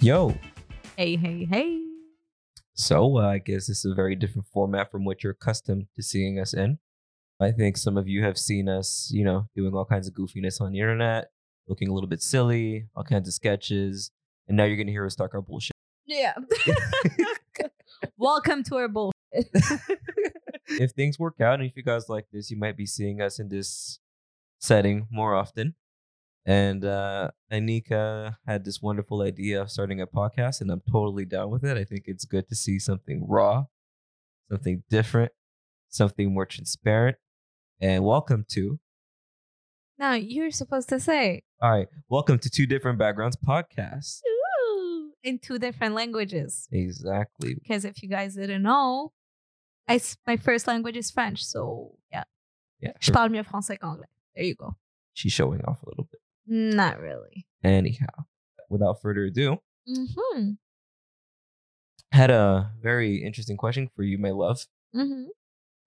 Yo. Hey, hey, hey. So uh, I guess this is a very different format from what you're accustomed to seeing us in. I think some of you have seen us, you know, doing all kinds of goofiness on the internet, looking a little bit silly, all kinds of sketches, and now you're gonna hear us talk our bullshit. Yeah. Welcome to our bull. If things work out, and if you guys like this, you might be seeing us in this setting more often. And uh, Anika had this wonderful idea of starting a podcast, and I'm totally down with it. I think it's good to see something raw, something different, something more transparent. And welcome to Now you're supposed to say All right. Welcome to Two Different Backgrounds Podcast. "Ooh," in two different languages. Exactly. Because if you guys didn't know, I s- my first language is French. So yeah, Yeah. je her- parle mieux français qu'anglais. There you go. she's showing off a little bit. Not really. Anyhow, without further ado, Mm-hmm. had a very interesting question for you, my love. Mm-hmm.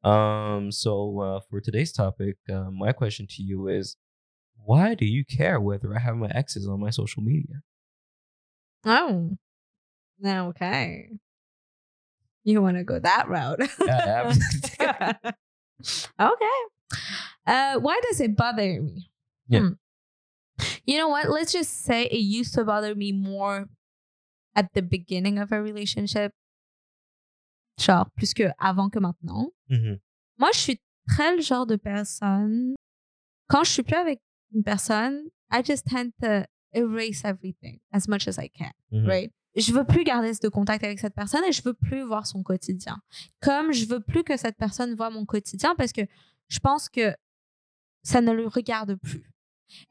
Um, so uh, for today's topic, uh, my question to you is, why do you care whether I have my exes on my social media? Oh. Now, okay. You want to go that route? Yeah, ab- okay. Uh, why does it bother me? Yeah. Hmm. You know what? Let's just say it used to bother me more at the beginning of a relationship. Genre, plus que avant que maintenant. Mhm. Moi, je suis très le genre de personne. Quand je suis plus avec une personne, I just tend to erase everything as much as I can Mhm. right? Je veux plus garder de contact avec cette personne et je veux plus voir son quotidien. Comme je veux plus que cette personne voit mon quotidien parce que je pense que ça ne le regarde plus.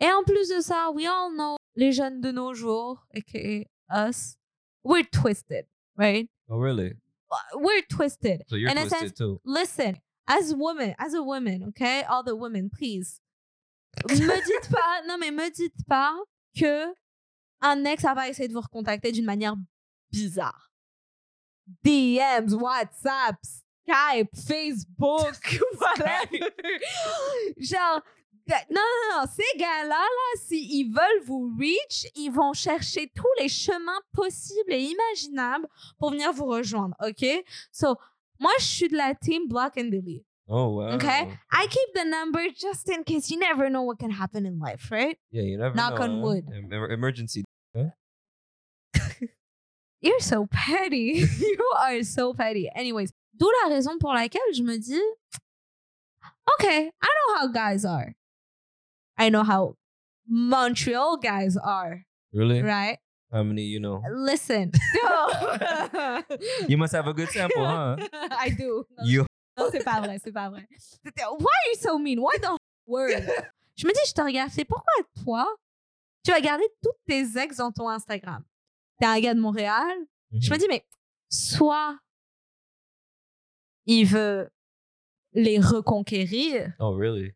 Et en plus de ça, we all know les jeunes de nos jours, aka us, we're twisted, right? Oh, really? We're twisted. So you're In a twisted sense- too. Listen, as women, as a woman, okay, all the women, please. me dites pas, non mais me dites pas que un ex ça va essayer de vous recontacter d'une manière bizarre. DMs, WhatsApp, Skype, Facebook, whatever. Genre, ben, non, non, non, ces gars-là, là, s'ils veulent vous reach, ils vont chercher tous les chemins possibles et imaginables pour venir vous rejoindre, OK? So, moi, je suis de la team block and delete. Oh wow. Okay. I keep the number just in case you never know what can happen in life, right? Yeah, you never. Knock know, on huh? wood. Em- em- emergency. You're so petty. you are so petty. Anyways, d'où la raison pour laquelle je me dis, okay, I know how guys are. I know how Montreal guys are, Really? right? How many you know? Listen, no. You must have a good sample, huh? I do. No, You. Non, c'est pas vrai, c'est pas vrai. C'était- Why are you so mean? Why the word? Je me dis, je te regarde, c'est pourquoi toi, tu vas garder toutes tes ex dans ton Instagram? T'es un gars de Montréal. Je me dis, mais soit il veut les reconquérir, Oh, really?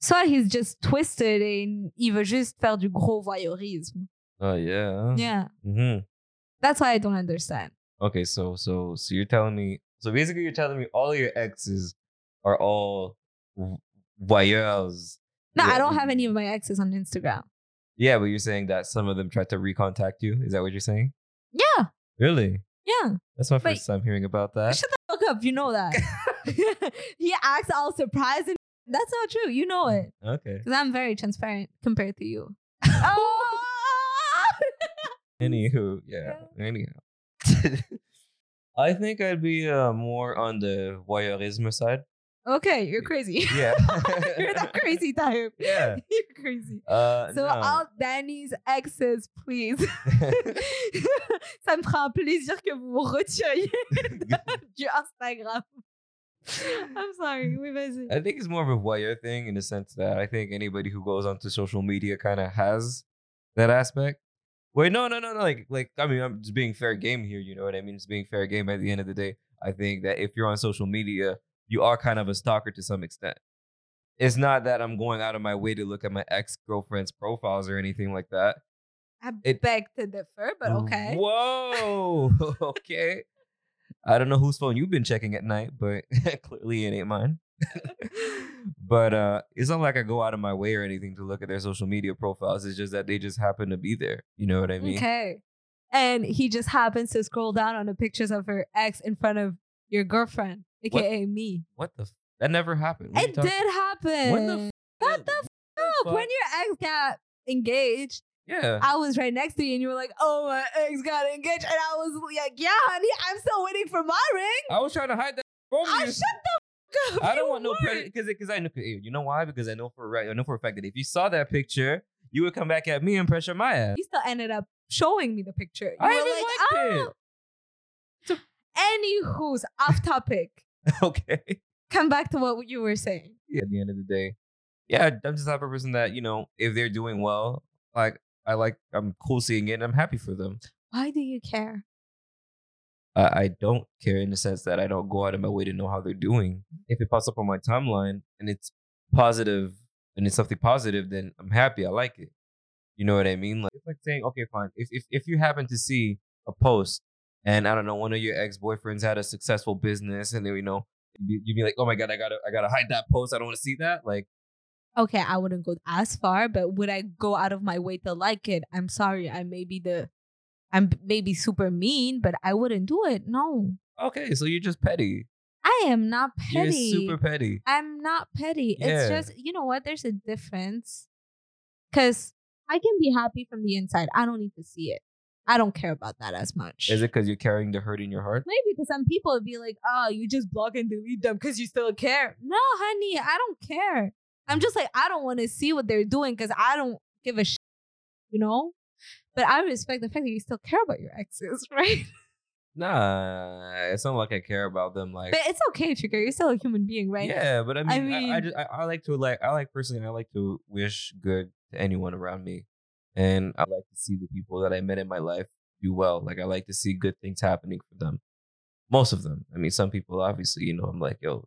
soit he's just twisted et il veut juste faire du gros voyeurisme. Oh, yeah. Yeah. Mm-hmm. That's why I don't understand. Okay, so so so you're telling me so basically you're telling me all your exes are all v- voyeurs. No, Yeah. I don't have any of my exes on Instagram. Yeah, but you're saying that some of them tried to recontact you. Is that what you're saying? Yeah. Really? Yeah. That's my But- first time hearing about that. Shut the fuck up. You know that. he acts all surprised. And that's not true. You know it. Okay. Because I'm very transparent compared to you. oh! Anywho, yeah. Anyhow. I think I'd be uh, more on the voyeurism side. Okay, you're crazy. Yeah. you're that crazy type. Yeah. You're crazy. Uh, So no. all Danny's exes, please. Ça me fera un plaisir que vous vous retiriez du Instagram. I'm sorry. Oui, vas-y. I think it's more of a voyeur thing in the sense that I think anybody who goes onto social media kind of has that aspect. Wait, no, no, no, no. Like, like I mean, I'm just being fair game here. You know what I mean? It's being fair game. At the end of the day, I think that if you're on social media, you are kind of a stalker to some extent. It's not that I'm going out of my way to look at my ex girlfriend's profiles or anything like that. I It- Oh, beg to differ, but okay. Whoa. okay. I don't know whose phone you've been checking at night, but clearly it ain't mine. but uh it's not like I go out of my way or anything to look at their social media profiles. It's just that they just happen to be there. You know what I mean? Okay. and he just happens to scroll down on the pictures of her ex in front of your girlfriend, aka me. What the? F- that never happened. What are you It talking- did happen. When the What the fuck? fuck? When your ex got engaged, Yeah. I was right next to you, and you were like, "Oh, my ex got engaged," and I was like, "Yeah, honey, I'm still waiting for my ring." I was trying to hide that from I you. shut the fuck up. I you don't want no weren't. credit because because I know you know why because I know for a right I know for a fact that if you saw that picture you would come back at me and pressure my ass. You still ended up showing me the picture. You I were even liked "Oh." Anywho's off topic. okay. Come back to what you were saying. Yeah, at the end of the day, yeah, I'm just the type of person that you know if they're doing well, like I like I'm cool seeing it and I'm happy for them. Why do you care? I, I don't care in the sense that I don't go out of my way to know how they're doing. If it pops up on my timeline and it's positive and it's something positive, then I'm happy. I like it. You know what I mean? Like it's like saying, okay, fine. If if if you happen to see a post and I don't know, one of your ex boyfriends had a successful business, and then you know you- you'd be like, oh my god, I gotta I gotta hide that post. I don't want to see that. Like Okay, I wouldn't go as far, but would I go out of my way to like it? I'm sorry, I may be the, I'm maybe super mean, but I wouldn't do it. No, okay, so you're just petty. I am not petty. You're super petty. I'm not petty. Yeah. It's just, you know what? There's a difference. Cause I can be happy from the inside. I don't need to see it. I don't care about that as much. Is it because you're carrying the hurt in your heart? Maybe to some people it'd be like, oh, you just block and delete them because you still care. No, honey, I don't care. I'm just like, I don't want to see what they're doing because I don't give a shit, you know? But I respect the fact that you still care about your exes, right? Nah, it's not like I care about them. Like But it's okay, Trigger. You're still a human being, right? Yeah, but I mean, I, I, mean- just, I, I like to like I like personally I like to wish good to anyone around me, and I like to see the people that I met in my life do well. Like I like to see good things happening for them, most of them. I mean, some people obviously, you know, I'm like yo,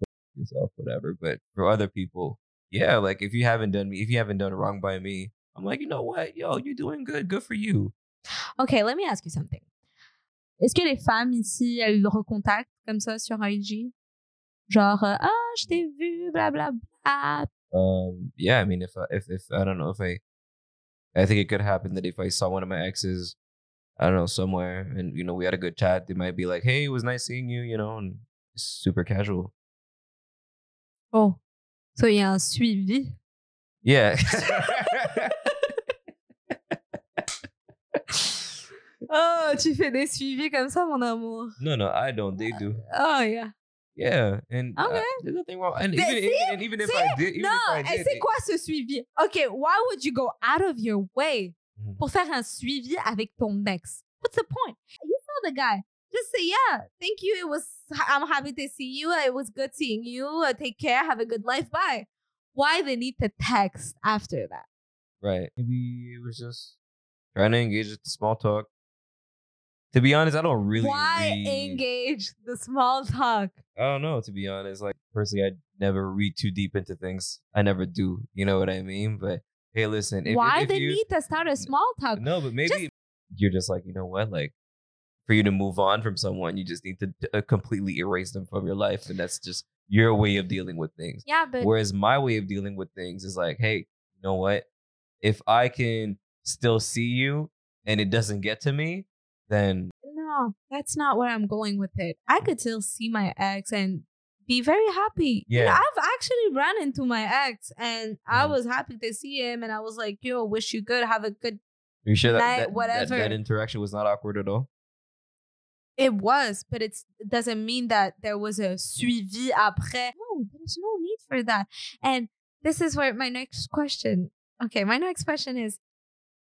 just yourself, whatever. But for other people, yeah, like if you haven't done me, if you haven't done wrong by me, I'm like, you know what, yo, you're doing good, good for you. Okay, let me ask you something. Est-ce que les femmes ici, elles le recontactent comme ça sur IG? Genre, euh, ah, je t'ai vu, blablabla. um yeah i mean if I, if if i don't know if i i think it could happen that if i saw one of my exes i don't know somewhere and you know we had a good chat they might be like hey it was nice seeing you you know and it's super casual Oh, so il y a un suivi. yeah Oh, tu fais des suivis comme ça, mon amour. no no i don't they do Oh, yeah. yeah and uh, Okay. there's nothing wrong and But even, see? and even if See? i did even non, if i et did Eh, c'est it- quoi ce suivi? OK, why would you go out of your way Mhm. pour faire un suivi avec ton ex? What's the point? You saw the guy. Just say, yeah, thank you. It was, I'm happy to see you. It was good seeing you. Uh, Take care. Have a good life. Bye. Why they need to text after that? Right. Maybe it was just trying to engage with small talk. To be honest, I don't really. why read- engage the small talk? I don't know. To be honest, like personally, I never read too deep into things. I never do. You know what I mean? But hey, listen. If, why if, if they you, need to start a small talk? No, but maybe Just- you're just like you know what, like for you to move on from someone, you just need to uh, completely erase them from your life, and that's just your way of dealing with things. Yeah, but Whereas my way of dealing with things is like, hey, you know what? If I can still see you and it doesn't get to me, then No, that's not where I'm going with it. I could still see my ex and be very happy. You know, Yeah. I've actually ran into my ex and I Mhm. was happy to see him and I was like, yo, wish you good, have a good are you sure that, Like, that, that, whatever. that interaction was not awkward at all? it was, but it's it doesn't mean that there was a suivi après. No, there's no need for that. And this is where my next question. Okay, my next question is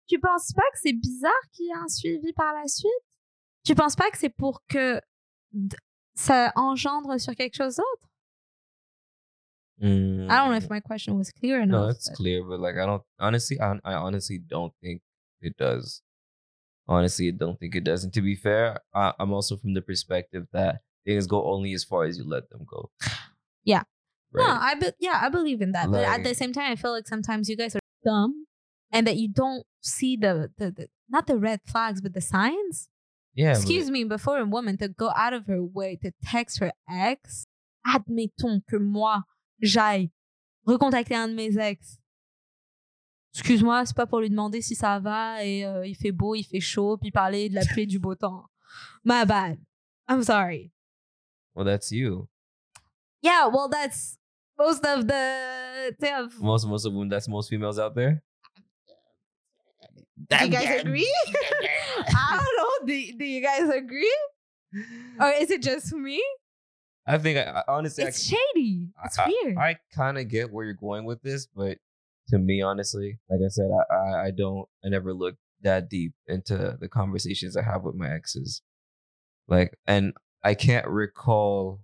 Tu penses pas que c'est bizarre qu'il y ait un suivi par la suite? Tu penses pas que c'est pour que d- ça engendre sur quelque chose d'autre? I don't know if my question was clear enough. no, it's but- clear, but like I don't honestly, I, I honestly don't think it does. Honestly, I don't think it does. And to be fair, I, I'm also from the perspective that things go only as far as you let them go. Yeah. Right. No, I be- yeah, I believe in that. but at the Like- same time, I feel like sometimes you guys are dumb and that you don't see the, the, the not the red flags, but the signs. yeah. but- Excuse me, before a woman to go out of her way to text her ex, admettons que moi, j'aille recontacter un de mes ex. Excuse-moi, c'est pas pour lui demander si ça va et euh, il fait beau, il fait chaud, puis parler de la pluie et du beau temps. My bad. I'm sorry. Well, that's you. Yeah, well, that's most of the. tu sais, of- Most most of them. That's most females out there. Do you guys agree? I don't know. Do, do you guys agree? Or is it just me? I think I, I- honestly, I, It's shady. It's weird. I kind of get where you're going with this, but to me, honestly, like I said, I, I, I don't, I never look that deep into the conversations I have with my exes. Like, and I can't recall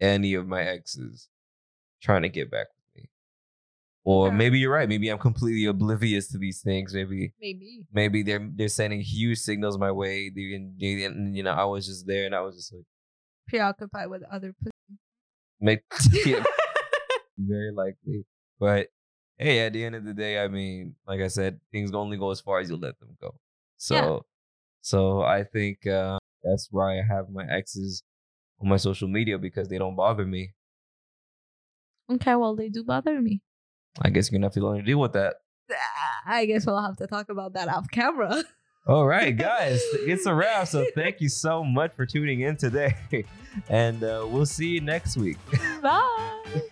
any of my exes trying to get back with me. Or Okay. maybe you're right. Maybe I'm completely oblivious to these things. Maybe Maybe. maybe they're they're sending huge signals my way. They, they, and, you know, I was just there and I was just like, Preoccupied with other make people. very likely. But hey, at the end of the day, I mean, like I said, things only go as far as you let them go. So, so I think uh, that's why I have my exes on my social media because they don't bother me. okay, well, they do bother me. I guess you're gonna have to learn to deal with that. Ah, I guess we'll have to talk about that off camera. All right, guys, it's a wrap. So thank you so much for tuning in today, and uh, we'll see you next week. Bye.